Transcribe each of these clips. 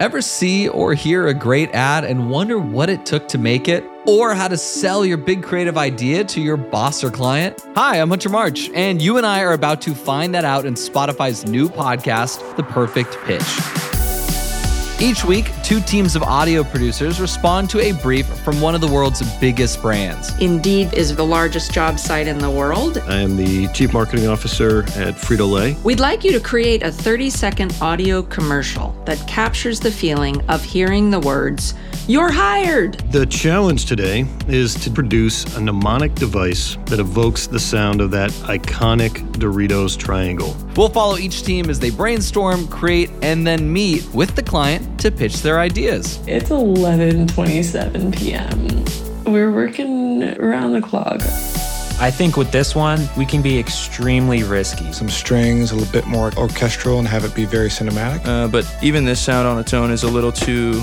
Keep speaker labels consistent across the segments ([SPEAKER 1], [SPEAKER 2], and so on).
[SPEAKER 1] Ever see or hear a great ad and wonder what it took to make it? Or how to sell your big creative idea to your boss or client? Hi, I'm Hunter March, and you and I are about to find that out in Spotify's new podcast, The Perfect Pitch. Each week, two teams of audio producers respond to a brief from one of the world's biggest brands.
[SPEAKER 2] Indeed is the largest job site in the world.
[SPEAKER 3] I am the Chief Marketing Officer at Frito Lay.
[SPEAKER 2] We'd like you to create a 30 second audio commercial that captures the feeling of hearing the words, You're hired!
[SPEAKER 3] The challenge today is to produce a mnemonic device that evokes the sound of that iconic Doritos triangle.
[SPEAKER 1] We'll follow each team as they brainstorm, create, and then meet with the client to pitch their ideas.
[SPEAKER 4] It's 11:27 p.m. We're working around the clock.
[SPEAKER 5] I think with this one, we can be extremely risky.
[SPEAKER 6] some strings, a little bit more orchestral, and have it be very cinematic.
[SPEAKER 7] Uh, but even this sound on its own is a little too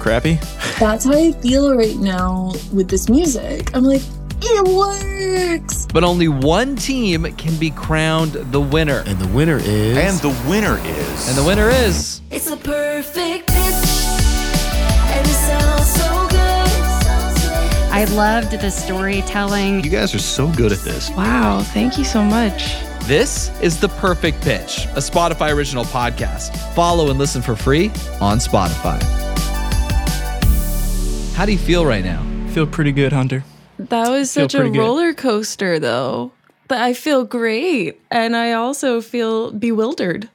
[SPEAKER 7] crappy.
[SPEAKER 8] That's how I feel right now with this music. I'm like, it works.
[SPEAKER 1] But only one team can be crowned the winner.
[SPEAKER 9] And the winner is.
[SPEAKER 10] And the winner is.
[SPEAKER 1] And the winner is.
[SPEAKER 11] It's a perfect pitch. And it sounds so good.
[SPEAKER 12] I loved the storytelling.
[SPEAKER 3] You guys are so good at this.
[SPEAKER 4] Wow, thank you so much.
[SPEAKER 1] This is The Perfect Pitch, a Spotify original podcast. Follow and listen for free on Spotify. How do you feel right now?
[SPEAKER 7] Feel pretty good, Hunter.
[SPEAKER 4] That was
[SPEAKER 7] Feel
[SPEAKER 4] such a
[SPEAKER 7] pretty good.
[SPEAKER 4] roller coaster, though. But I feel great, and I also feel bewildered.